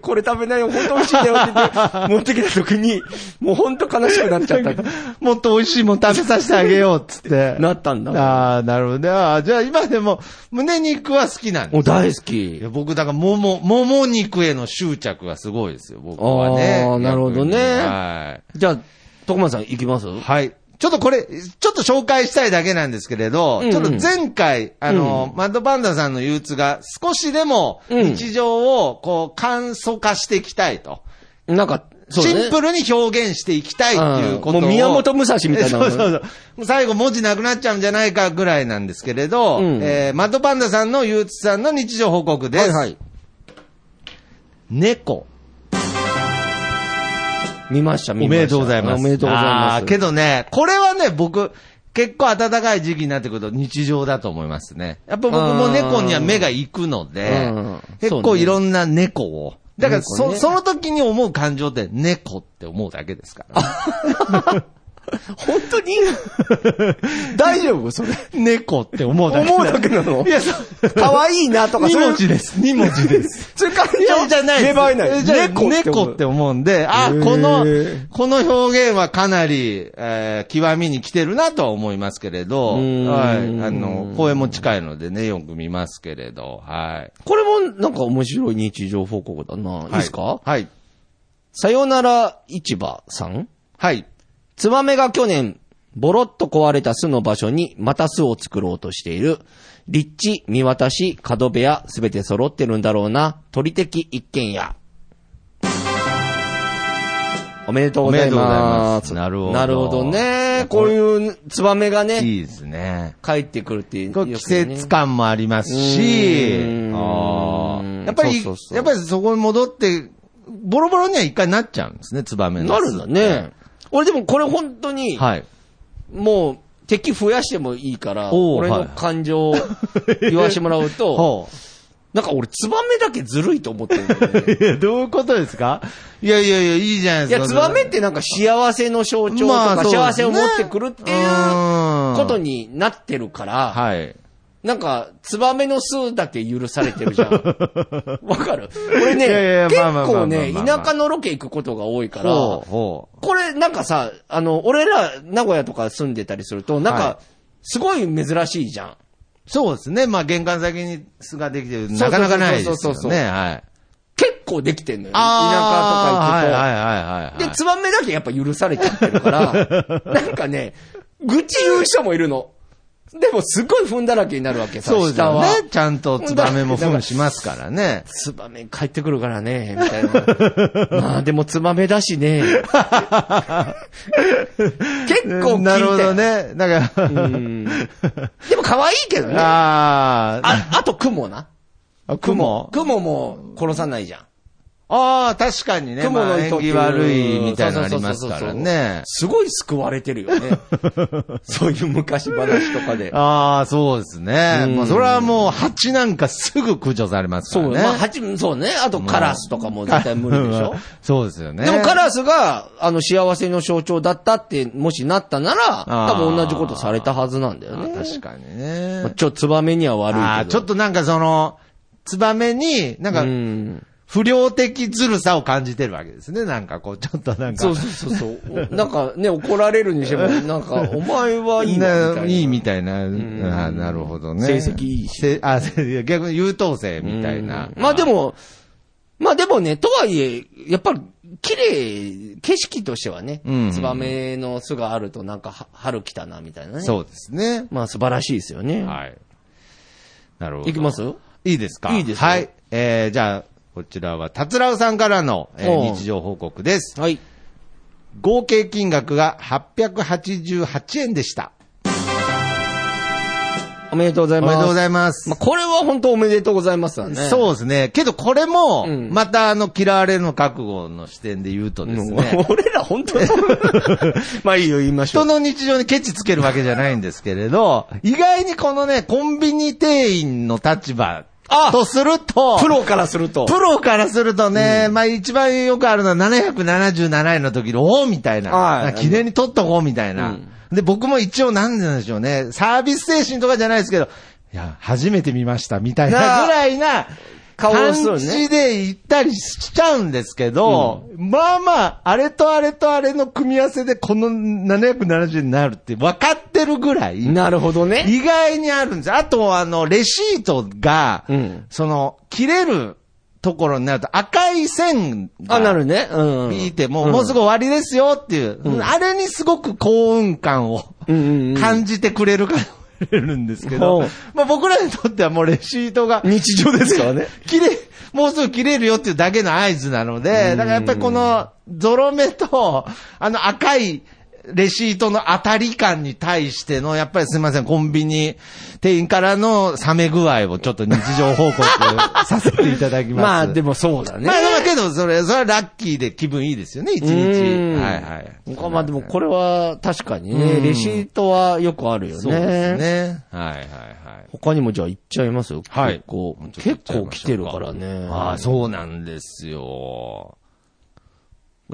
Speaker 1: これ食べないよ、本当美味しいんだよって言って、持ってきた時に、もう本当悲しくなっちゃった。
Speaker 2: もっと美味しいもん食べさせてあげようっつって。
Speaker 1: なったんだ。
Speaker 2: ああ、なるほどね。あーじゃあ今でも、胸肉は好きなんです
Speaker 1: もう
Speaker 2: ね
Speaker 1: 大好
Speaker 2: い
Speaker 1: き
Speaker 2: や。僕、だから、もも、もも肉への執着がすごいですよ、僕はね。
Speaker 1: あーなるほどね
Speaker 2: は
Speaker 1: じゃあ、徳間さん行きます
Speaker 2: い。はい。ちょっとこれ、ちょっと紹介したいだけなんですけれど、
Speaker 1: うんうん
Speaker 2: ちょっと前回、あの、マッドパンダさんの憂鬱が少しでも
Speaker 1: うん
Speaker 2: 日常をこう簡素化していきたいと。
Speaker 1: なんか、
Speaker 2: シンプルに表現していきたいっていうことを。
Speaker 1: もう宮本武蔵みたいな。
Speaker 2: そうそうそう。もう最後文字なくなっちゃうんじゃないかぐらいなんですけれど、
Speaker 1: うん
Speaker 2: えーマッドパンダさんの憂鬱さんの日常報告で
Speaker 1: は
Speaker 2: す。
Speaker 1: いはい。
Speaker 2: 猫。
Speaker 1: 見ました、見ました。
Speaker 2: おめでとうございます。
Speaker 1: おめでとうございま
Speaker 2: あ
Speaker 1: す。
Speaker 2: ーけどね、これはね、僕、結構暖かい時期になってくると日常だと思いますね。やっぱ僕も猫には目が行くので
Speaker 1: うん、
Speaker 2: 結
Speaker 1: そう
Speaker 2: 構
Speaker 1: ね
Speaker 2: いろんな猫を。だからそ、
Speaker 1: 猫ね
Speaker 2: その時に思う感情って猫って思うだけですから。
Speaker 1: 本当に 大丈夫 それ。
Speaker 2: 猫って思うだけ
Speaker 1: 思うだけなの
Speaker 2: いや、そう。
Speaker 1: 可愛いなとか、
Speaker 2: 二
Speaker 1: そういう
Speaker 2: 文字です。二文字で す。
Speaker 1: そういう感
Speaker 2: いや
Speaker 1: 情
Speaker 2: じゃないで
Speaker 1: 芽
Speaker 2: す
Speaker 1: 生えない。
Speaker 2: じゃあ
Speaker 1: 猫って思
Speaker 2: 猫
Speaker 1: う
Speaker 2: って思うんで、あ、
Speaker 1: へー
Speaker 2: この、この表現はかなり、えー極みに来てるなとは思いますけれ
Speaker 1: う
Speaker 2: ど、は
Speaker 1: ーん
Speaker 2: い。あの、声も近いのでね、よく見ますけれど、はい。
Speaker 1: これもなんか面白い日常報告だな。いいですか、
Speaker 2: はい。
Speaker 1: さよなら市場さん
Speaker 2: はい。
Speaker 1: ツバメが去年、ボロッと壊れた巣の場所にまた巣を作ろうとしている。立地、見渡し、角部屋、すべて揃ってるんだろうな。鳥的一軒家。おめでとうございます。
Speaker 2: おめでとうございます
Speaker 1: な
Speaker 2: な
Speaker 1: る
Speaker 2: る
Speaker 1: ほ
Speaker 2: ほど
Speaker 1: どね。こういうツバメがね、
Speaker 2: いいですね。
Speaker 1: 帰ってくるっていう、
Speaker 2: これ季節感もあります
Speaker 1: うー
Speaker 2: し、
Speaker 1: ん
Speaker 2: あーやっぱり
Speaker 1: そうそうそう
Speaker 2: やっぱりそこに戻って、ボロボロには一回なっちゃうんですね、ツバメの巣
Speaker 1: なるんだね。。俺でもこれ本当に、
Speaker 2: はい。
Speaker 1: もう敵増やしてもいいから、
Speaker 2: おう
Speaker 1: 俺の感情を言わしてもらう と、
Speaker 2: ほう。
Speaker 1: なんか俺ツバメだけずるいと思ってるんだ よね。
Speaker 2: いや、どういうことですかいやいやいや、いいじゃない
Speaker 1: い
Speaker 2: です
Speaker 1: や、
Speaker 2: か。
Speaker 1: ツバメってなんか幸せの象徴と
Speaker 2: まあ
Speaker 1: か、
Speaker 2: そうですね
Speaker 1: 幸せを持ってくるっていう
Speaker 2: う
Speaker 1: こと
Speaker 2: に。
Speaker 1: になってるから、
Speaker 2: はい。
Speaker 1: なんか、ツバメの巣だけ許されてる じゃん。わかる俺
Speaker 2: いやい
Speaker 1: ね、
Speaker 2: や
Speaker 1: 結
Speaker 2: まあまあまあま
Speaker 1: 構
Speaker 2: あ
Speaker 1: ね、
Speaker 2: まあまあ
Speaker 1: 田舎のロケ行くことが多いから、
Speaker 2: ほう、ほう。
Speaker 1: これなんかさ、あの、俺ら名古屋とか住んでたりすると、なん
Speaker 2: は
Speaker 1: か、すごい珍しいじゃん。
Speaker 2: そうですね。まあ、玄関先に巣ができてる。
Speaker 1: そうそうそう
Speaker 2: なかなかないです
Speaker 1: そうそうそ
Speaker 2: よ
Speaker 1: うそう
Speaker 2: ね。はい。
Speaker 1: 結構できてんのよ。田舎とか行くと。
Speaker 2: あーはいはいはいはい。
Speaker 1: で、ツバメだけやっぱ許されちゃってる から、なんかね、愚痴言う人もいるの。でもすごい踏んだらけになるわけさ、
Speaker 2: そうです
Speaker 1: 下
Speaker 2: よ
Speaker 1: は。
Speaker 2: ね。ちゃんとツバメも糞しますからね。
Speaker 1: ツバメ帰ってくるからね、みたいな。 まあでもツバメだしね。 結構聞いて
Speaker 2: なるほど。ね。だか
Speaker 1: うんでも可愛いけどね。あ、
Speaker 2: ら、あー
Speaker 1: あと雲な。
Speaker 2: あ、雲
Speaker 1: 雲も殺さないじゃん。
Speaker 2: ああ、確かにね。
Speaker 1: 雲
Speaker 2: 雲
Speaker 1: の
Speaker 2: の
Speaker 1: 糸っ
Speaker 2: 縁
Speaker 1: てい
Speaker 2: 起
Speaker 1: う
Speaker 2: 悪いみたいなのありますからね。
Speaker 1: すごい救われてるよ ね。そういう昔話とかで。
Speaker 2: ああ、そうですね。
Speaker 1: うん
Speaker 2: まあ、それはもう、蜂なんかすぐ駆除されます
Speaker 1: そ
Speaker 2: から
Speaker 1: う
Speaker 2: ね。
Speaker 1: ね。まあ、蜂、そうね。あとカラスとかも絶対無理でし ょ
Speaker 2: そうですよね。
Speaker 1: でもカラスが、あの、幸せの象徴だったって、もしなったなら、
Speaker 2: あー
Speaker 1: 多分同じことされたはずなんだよね。
Speaker 2: 確かにね
Speaker 1: まあ。ちょ、ツバメには悪いけど。
Speaker 2: ああ、ちょっとなんかその、ツバメに、なん
Speaker 1: う
Speaker 2: か、
Speaker 1: ん。
Speaker 2: 不良的ずるさを感じてるわけですね。なんかこう、ちょっとなんか。
Speaker 1: そうそうそうそう。おなんかね、怒られるにしても、なんか、お前はいいなみたいな。
Speaker 2: ねいいみたいな。
Speaker 1: ん
Speaker 2: あなるほどね。
Speaker 1: 成績いいし
Speaker 2: せあ、 せ逆に優等生みたいな
Speaker 1: う。んまあでも、まあでもね、とはいえ、やっぱり、綺麗、景色としてはね
Speaker 2: うん、
Speaker 1: ツバメの巣があるとなんかは、春来たな、みたいなね。う。
Speaker 2: そうですね。
Speaker 1: まあ素晴らしいですよね。
Speaker 2: はい。なるほど。
Speaker 1: いきますはい
Speaker 2: いですか
Speaker 1: いいですよ
Speaker 2: はい。えー、じゃあ、こちらは、たつらうさんからの、えー
Speaker 1: おう
Speaker 2: 日常報告です。
Speaker 1: い。
Speaker 2: 合計金額が888円でした。
Speaker 1: おめでとうござ
Speaker 2: お
Speaker 1: い
Speaker 2: め
Speaker 1: ます。
Speaker 2: でとうございます。
Speaker 1: まあこれは本当おめでとうございますだね。
Speaker 2: そうですね。けどこれも、
Speaker 1: うん
Speaker 2: またあの、嫌われるの覚悟の視点で言うとです ね、
Speaker 1: 俺ら本 当にそう。まあいいよ、言いましょ
Speaker 2: 人
Speaker 1: う。
Speaker 2: の日常にケチつけるわけじゃないんですけれど、意外にこのね、コンビニ店員の立場
Speaker 1: あ
Speaker 2: とすると、
Speaker 1: プロからすると。
Speaker 2: プロからするとね、まあ一番よくあるのは777位の時の、おーみたいな。
Speaker 1: はい
Speaker 2: 記念に撮っとこうみたいな。
Speaker 1: うん
Speaker 2: で、僕も一応なんでなんでしょうね、サービス精神とかじゃないですけど、いや、初めて見ましたみたいな
Speaker 1: なあ
Speaker 2: ぐらいな、
Speaker 1: 顔をする
Speaker 2: 感
Speaker 1: ね
Speaker 2: じで行ったりしちゃうんですけど、まあまあ、あれとあれとあれの組み合わせでこの770になるって分かってるぐらい、
Speaker 1: なるほどね。
Speaker 2: 意外にあるんです。あと、あの、レシートが、
Speaker 1: うん
Speaker 2: その、切れるところになると赤い線が、
Speaker 1: あ、なるね。うん。
Speaker 2: 見ても、
Speaker 1: ん
Speaker 2: もうすぐ終わりですよっていう、あれにすごく幸運感を
Speaker 1: うんうんうん
Speaker 2: 感じてくれるか、れるんですけど
Speaker 1: ほう、
Speaker 2: まあ僕らにとってはもうレシートが、
Speaker 1: 日常ですからね。
Speaker 2: 切れ、もうすぐ切れるよっていうだけの合図なので、だからやっぱりこの、ゾロ目と、あの赤い、レシートの当たり感に対しての、やっぱりすみません、コンビニ店員からの冷め具合をちょっと日常報告させていただきま す。
Speaker 1: まあでもそうだね。
Speaker 2: まあまあけど、それ、それはラッキーで気分いいですよね、一日。
Speaker 1: うん
Speaker 2: はいはい。
Speaker 1: まあでもこれは確かにね、
Speaker 2: うん
Speaker 1: レシートはよくあるよ
Speaker 2: そうです
Speaker 1: ね。
Speaker 2: ね。はいはいはい。
Speaker 1: 他にもじゃあ行っちゃいます
Speaker 2: はい
Speaker 1: 結構
Speaker 2: もう、ちょっと行っ
Speaker 1: 結
Speaker 2: ちゃい
Speaker 1: 構
Speaker 2: まし
Speaker 1: 来
Speaker 2: ょう
Speaker 1: て
Speaker 2: か
Speaker 1: るからね。
Speaker 2: ああ、そうなんですよ。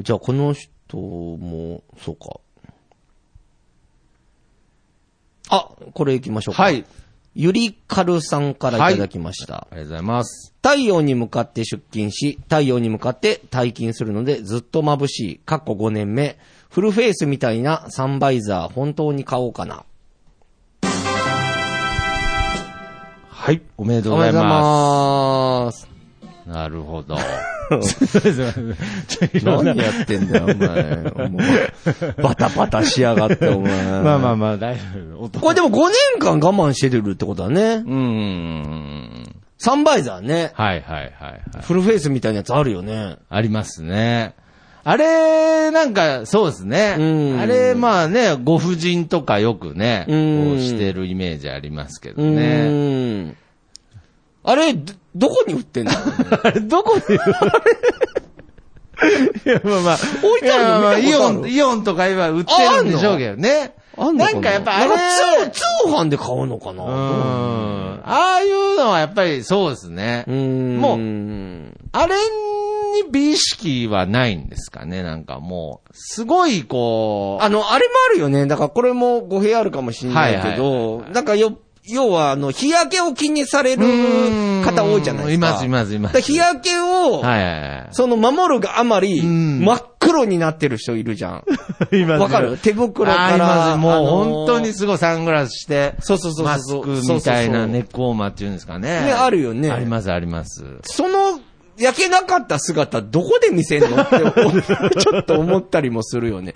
Speaker 1: じゃあこの人も、そうか。あ、これ行きましょうか。
Speaker 2: はい。
Speaker 1: ゆりかるさんからいただきました。
Speaker 2: ありがとうございます。
Speaker 1: 太陽に向かって出勤し、太陽に向かって退勤するのでずっと眩しい。かっこ5年目。フルフェイスみたいなサンバイザー本当に買おうかな。
Speaker 2: はい。おめでとう
Speaker 1: お
Speaker 2: ご
Speaker 1: は
Speaker 2: ざ
Speaker 1: よ
Speaker 2: いう
Speaker 1: ござい
Speaker 2: ま
Speaker 1: ます。
Speaker 2: す。なるほど。すいませんちょいろんな
Speaker 1: 何やってんだよ、お前。もうバタバタしやがって、お前。
Speaker 2: まあまあまあ、大丈夫。音
Speaker 1: これでも5年間我慢してるってことだね。
Speaker 2: うんうんうん。
Speaker 1: サンバイザーね。
Speaker 2: はいはいはいはい。
Speaker 1: フルフェイスみたいなやつあるよね。
Speaker 2: ありますね。あれ、なんか、そうです
Speaker 1: う
Speaker 2: ね。
Speaker 1: ん
Speaker 2: あれ、まあね、ご婦人とかよくね、こ
Speaker 1: うん
Speaker 2: うしてるイメージありますけど
Speaker 1: う
Speaker 2: ね。
Speaker 1: ーん。あれ、ど、どこに売 ってんだろうね
Speaker 2: あれ、どこでいや、 まあまあ、
Speaker 1: 置いてあるの
Speaker 2: やまあ
Speaker 1: 見た
Speaker 2: イ
Speaker 1: ことあ
Speaker 2: オ
Speaker 1: る
Speaker 2: ン、イオンとか今売ってるんでしょうけどね。
Speaker 1: あの
Speaker 2: なんかやっぱあれ、
Speaker 1: なんか通通販で買うのかな
Speaker 2: うーんああいうのはやっぱりそうですね。
Speaker 1: うん
Speaker 2: もう
Speaker 1: う、
Speaker 2: あれに美意識はないんですかねなんかもう、すごいこう、
Speaker 1: あの、あれもあるよね。だからこれも語弊あるかもしれないけど、なんかよ、要は、あの、日焼けを気にされる
Speaker 2: うん
Speaker 1: 方多いじゃないですか。
Speaker 2: いますいますいます
Speaker 1: だから日焼けを、
Speaker 2: はいはいはい
Speaker 1: その守るがあまり、
Speaker 2: ん
Speaker 1: 真っ黒になってる 人いるじゃん。
Speaker 2: います
Speaker 1: わかる手袋
Speaker 2: あ
Speaker 1: か
Speaker 2: いま
Speaker 1: ら。
Speaker 2: すもう
Speaker 1: あのー
Speaker 2: 本当にすごいサングラスして、
Speaker 1: そうそうそう
Speaker 2: マ
Speaker 1: そ
Speaker 2: ス
Speaker 1: う
Speaker 2: クみたい
Speaker 1: そうそうそ
Speaker 2: な
Speaker 1: う
Speaker 2: ネックウォーマーっていうんですかね。
Speaker 1: ねあるよね
Speaker 2: ありますあります。
Speaker 1: その、焼けなかった姿、どこで見せんのって思う、 ちょっと思ったりもするよね。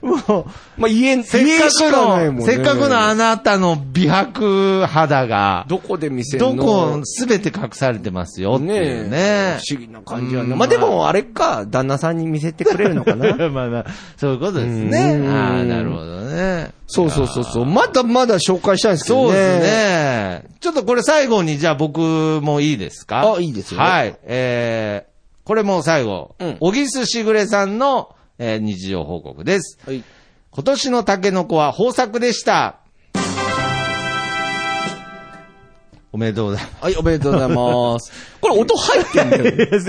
Speaker 2: もう、
Speaker 1: まあ、家、家
Speaker 2: せっか
Speaker 1: し
Speaker 2: く
Speaker 1: かないもん
Speaker 2: の、
Speaker 1: ね。
Speaker 2: せっかくのあなたの美白肌が、
Speaker 1: どこで見せん
Speaker 2: ど
Speaker 1: の
Speaker 2: こ、すべて隠されてますよっていうね。
Speaker 1: 不思議な感じやね。
Speaker 2: うん
Speaker 1: まあ、でも、あれか、旦那さんに見せてくれるのかな。
Speaker 2: まあまあ、そういうことです
Speaker 1: う
Speaker 2: ね。
Speaker 1: ん
Speaker 2: ああ、なるほどね。
Speaker 1: そうそうそうそう。 まだまだ紹介したいんですけどね。
Speaker 2: そうです。ね。ちょっとこれ最後に、じゃあ僕もいいですか
Speaker 1: あいいですよ
Speaker 2: はい。えー、これもう最後
Speaker 1: うん。
Speaker 2: 小木すしぐれさんの、えー日常報告です。
Speaker 1: はい。
Speaker 2: 今年のタケノコは豊作でした。おめでとうございます。
Speaker 1: はい、おめでとうございます。これ音入ってんだよ。
Speaker 2: す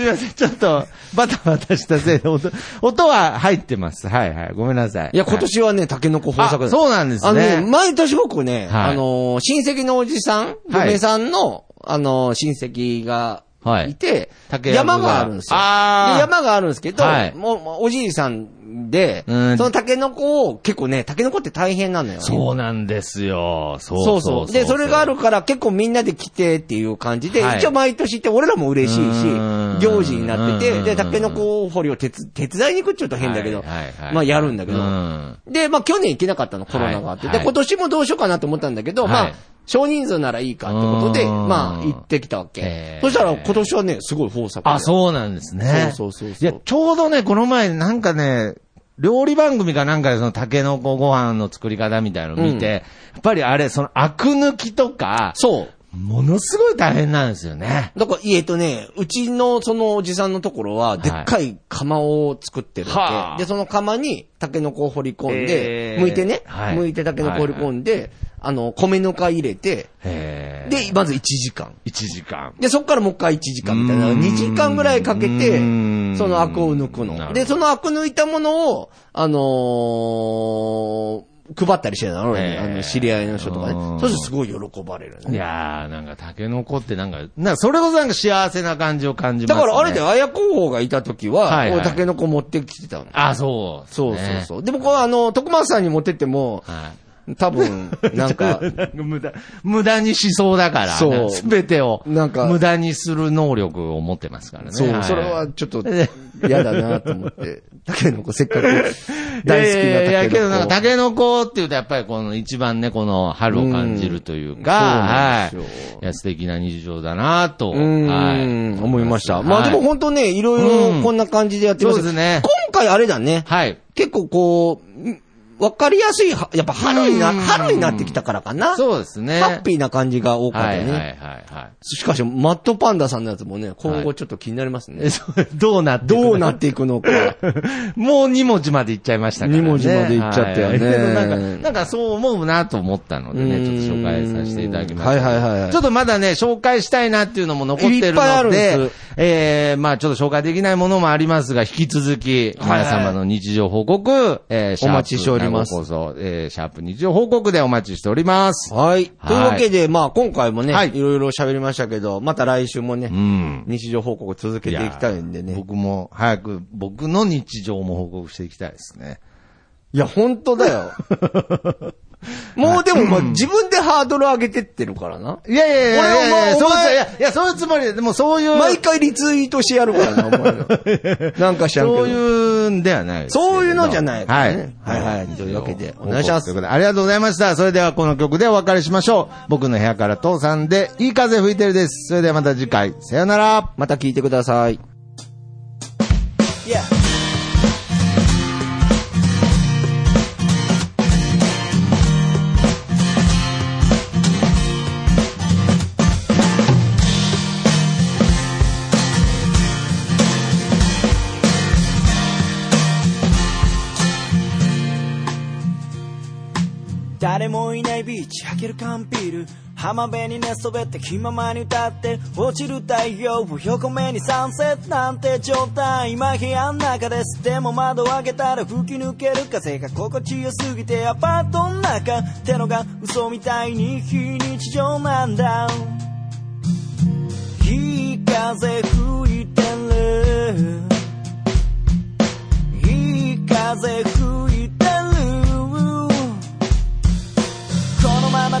Speaker 2: いません、ちょっと、バタバタしたせいで、音、音は入ってます。はいはい。ごめんなさ い。
Speaker 1: いや、今年はね、タケノコ豊作
Speaker 2: あそうなんですね
Speaker 1: あのね、毎年僕ね、
Speaker 2: はい
Speaker 1: あのー親戚のおじさん、
Speaker 2: はい
Speaker 1: 嫁さんの、あの、親戚が、
Speaker 2: はい
Speaker 1: いて、
Speaker 2: 竹やぶが
Speaker 1: 山があるんですよ。
Speaker 2: あー
Speaker 1: で山があるんですけど、
Speaker 2: はい
Speaker 1: もう、もうおじいさんで、そ
Speaker 2: うん
Speaker 1: のタケノコを結構ね、タケノコって大変なのよ。
Speaker 2: そうなんですよ。そう
Speaker 1: そ
Speaker 2: そうう
Speaker 1: そ。
Speaker 2: そうう。
Speaker 1: で、それがあるから結構みんなで来てっていう感じで、
Speaker 2: はい
Speaker 1: 一応毎年行って俺らも嬉しいし
Speaker 2: うー、ん
Speaker 1: 行事になってて、
Speaker 2: うん
Speaker 1: で、タケノコ掘りを手つ手伝いに行くっちゅうと変だけど、
Speaker 2: はいはいはい
Speaker 1: まあやるんだけど
Speaker 2: うん
Speaker 1: で、まあ去年行けなかったの、コロナがあって。
Speaker 2: はい
Speaker 1: で、今年もどうしようかなと思ったんだけど、ま
Speaker 2: は
Speaker 1: あ
Speaker 2: い、
Speaker 1: 少人数ならいいかってことで、
Speaker 2: うーん
Speaker 1: まあ行ってきたわけ
Speaker 2: へ。ー
Speaker 1: そしたら今年はね、すごい豊作で。
Speaker 2: あ、そうなんですね。
Speaker 1: そうそうそうそう
Speaker 2: いや、ちょうどね、この前なんかね、料理番組かなんかでそのタケノコご飯の作り方みたいなの見て、やっぱりあれ、そのアク抜きとか、
Speaker 1: そう。
Speaker 2: ものすごい大変なんですよね。
Speaker 1: だから、いええとね、うちのそのおじさんのところは、
Speaker 2: い
Speaker 1: でっかい釜を作ってるわけ。
Speaker 2: はあ
Speaker 1: で、その釜にタケノコを掘り込んで、
Speaker 2: えー
Speaker 1: 剥いてね、
Speaker 2: はい
Speaker 1: 剥いてタケノコ掘り込んで、あの、米ぬか入れて、
Speaker 2: へー
Speaker 1: で、まず1時間。
Speaker 2: 1時間。
Speaker 1: で、そっからもう一回1時間みたいな。
Speaker 2: うーん
Speaker 1: 2時間ぐらいかけて、
Speaker 2: うーん
Speaker 1: そのアクを抜く
Speaker 2: なる
Speaker 1: の。
Speaker 2: ほど
Speaker 1: で、そのアク抜いたものを、あのー配ったりしてたの、俺に
Speaker 2: へ
Speaker 1: あ
Speaker 2: ー
Speaker 1: の知り合いの人とかね
Speaker 2: うー。ん
Speaker 1: そうするとすごい喜ばれる
Speaker 2: い
Speaker 1: ね。
Speaker 2: やー、なんか、タケノコってなんか、なんかそれこそなんか幸せな感じを感じま
Speaker 1: だ
Speaker 2: す、ね。
Speaker 1: からあれで、綾候補がいた時は、
Speaker 2: はいはい
Speaker 1: 俺タケノコ持ってきてたの。
Speaker 2: あ、そう、
Speaker 1: そうそう
Speaker 2: う。
Speaker 1: そう。でもこれあの、徳松さんに持ってっても、
Speaker 2: はい。
Speaker 1: 多 分、なんか、
Speaker 2: なんか無駄、無駄にしそうだから、
Speaker 1: そう
Speaker 2: すべてを、
Speaker 1: なんか
Speaker 2: 無駄にする能力を持ってますからね。
Speaker 1: そう、
Speaker 2: い
Speaker 1: それはちょっと嫌だなと思って、タケノコせっかく大好き
Speaker 2: いやい
Speaker 1: な
Speaker 2: やいや
Speaker 1: タ
Speaker 2: け
Speaker 1: ケ
Speaker 2: どなん
Speaker 1: ノ
Speaker 2: か、
Speaker 1: コ
Speaker 2: タ。ケノコっていうと、やっぱりこの一番ね、この春を感じるという
Speaker 1: うん
Speaker 2: か、
Speaker 1: そうなん
Speaker 2: は
Speaker 1: ですよ
Speaker 2: い。いや、素敵な日常だなと、
Speaker 1: うーん、
Speaker 2: はい。
Speaker 1: 思いました。まあ
Speaker 2: はい
Speaker 1: でも本当ね、いろいろこんな感じでやってます、
Speaker 2: うんそうですね
Speaker 1: 今回あれだね。
Speaker 2: はい。
Speaker 1: 結構こう、んわかりやすいは、やっぱ春にな、
Speaker 2: うん
Speaker 1: 春になってきたからかな。
Speaker 2: そうですね。
Speaker 1: ハッピーな感じが多かった
Speaker 2: はい
Speaker 1: ね。
Speaker 2: はいはいはい。
Speaker 1: しかし、マットパンダさんのやつもね、今後ちょっと気になりますね。
Speaker 2: えそうどうなって
Speaker 1: どうな
Speaker 2: っ
Speaker 1: っていくのか。
Speaker 2: もう2文字までいっちゃいましたからね。
Speaker 1: 二文字までいっちゃったよね
Speaker 2: はいけどなんか、なんかそう思うなと思ったので
Speaker 1: う
Speaker 2: ね、
Speaker 1: ん
Speaker 2: ちょっと紹介させていただきました。
Speaker 1: はいはいはいはい
Speaker 2: ちょっとまだね、紹介したいなっていうのも残ってる
Speaker 1: いっぱいあるん
Speaker 2: の
Speaker 1: で
Speaker 2: で、
Speaker 1: す
Speaker 2: えー、まあちょっと紹介できないものもありますが、引き続き、
Speaker 1: はい
Speaker 2: 皆様の日常報告、えー、シャープ
Speaker 1: お待ちしております
Speaker 2: 名古屋放送えー、シャープ日常報告でお待ちしております。
Speaker 1: はい。というわけで、まあ今回もね、
Speaker 2: はい
Speaker 1: い、ろいろ喋りましたけど、また来週もね、
Speaker 2: うん。
Speaker 1: 日常報告続けていきたいんでね。
Speaker 2: 僕も早く僕の日常も報告していきたいですね。
Speaker 1: いや、本当だ よ。もうでも、まあ、自分でハードル上げてってるからな。
Speaker 2: いやいやいやいやいや、
Speaker 1: 俺
Speaker 2: そ
Speaker 1: は
Speaker 2: う
Speaker 1: まあお前
Speaker 2: いやいや、そういうつもりで、でもそういう、
Speaker 1: 毎回リツイートしてやるからな、お前 らなんかしらんけど。
Speaker 2: そういうんではないですけれど
Speaker 1: そういうのじゃないか
Speaker 2: は
Speaker 1: ら
Speaker 2: い
Speaker 1: ね。はいはいというわけでお願いします
Speaker 2: ということでありがとうございました。それではこの曲でお別れしましょう。僕の部屋から父さんで、いい風吹いてるです。それではまた次回、さよなら。
Speaker 1: また聞いてください。
Speaker 4: 誰もいないビーチ開ける缶ビール浜辺に寝そべって気ままに歌って落ちる太陽を横目にサンセットなんて状態今部屋の中ですでも窓を開けたら吹き抜ける風が心地よすぎてアパートの中ってのが嘘みたいに非日常なんだいい風吹いてるいい風吹いてるこのまま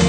Speaker 4: ぜ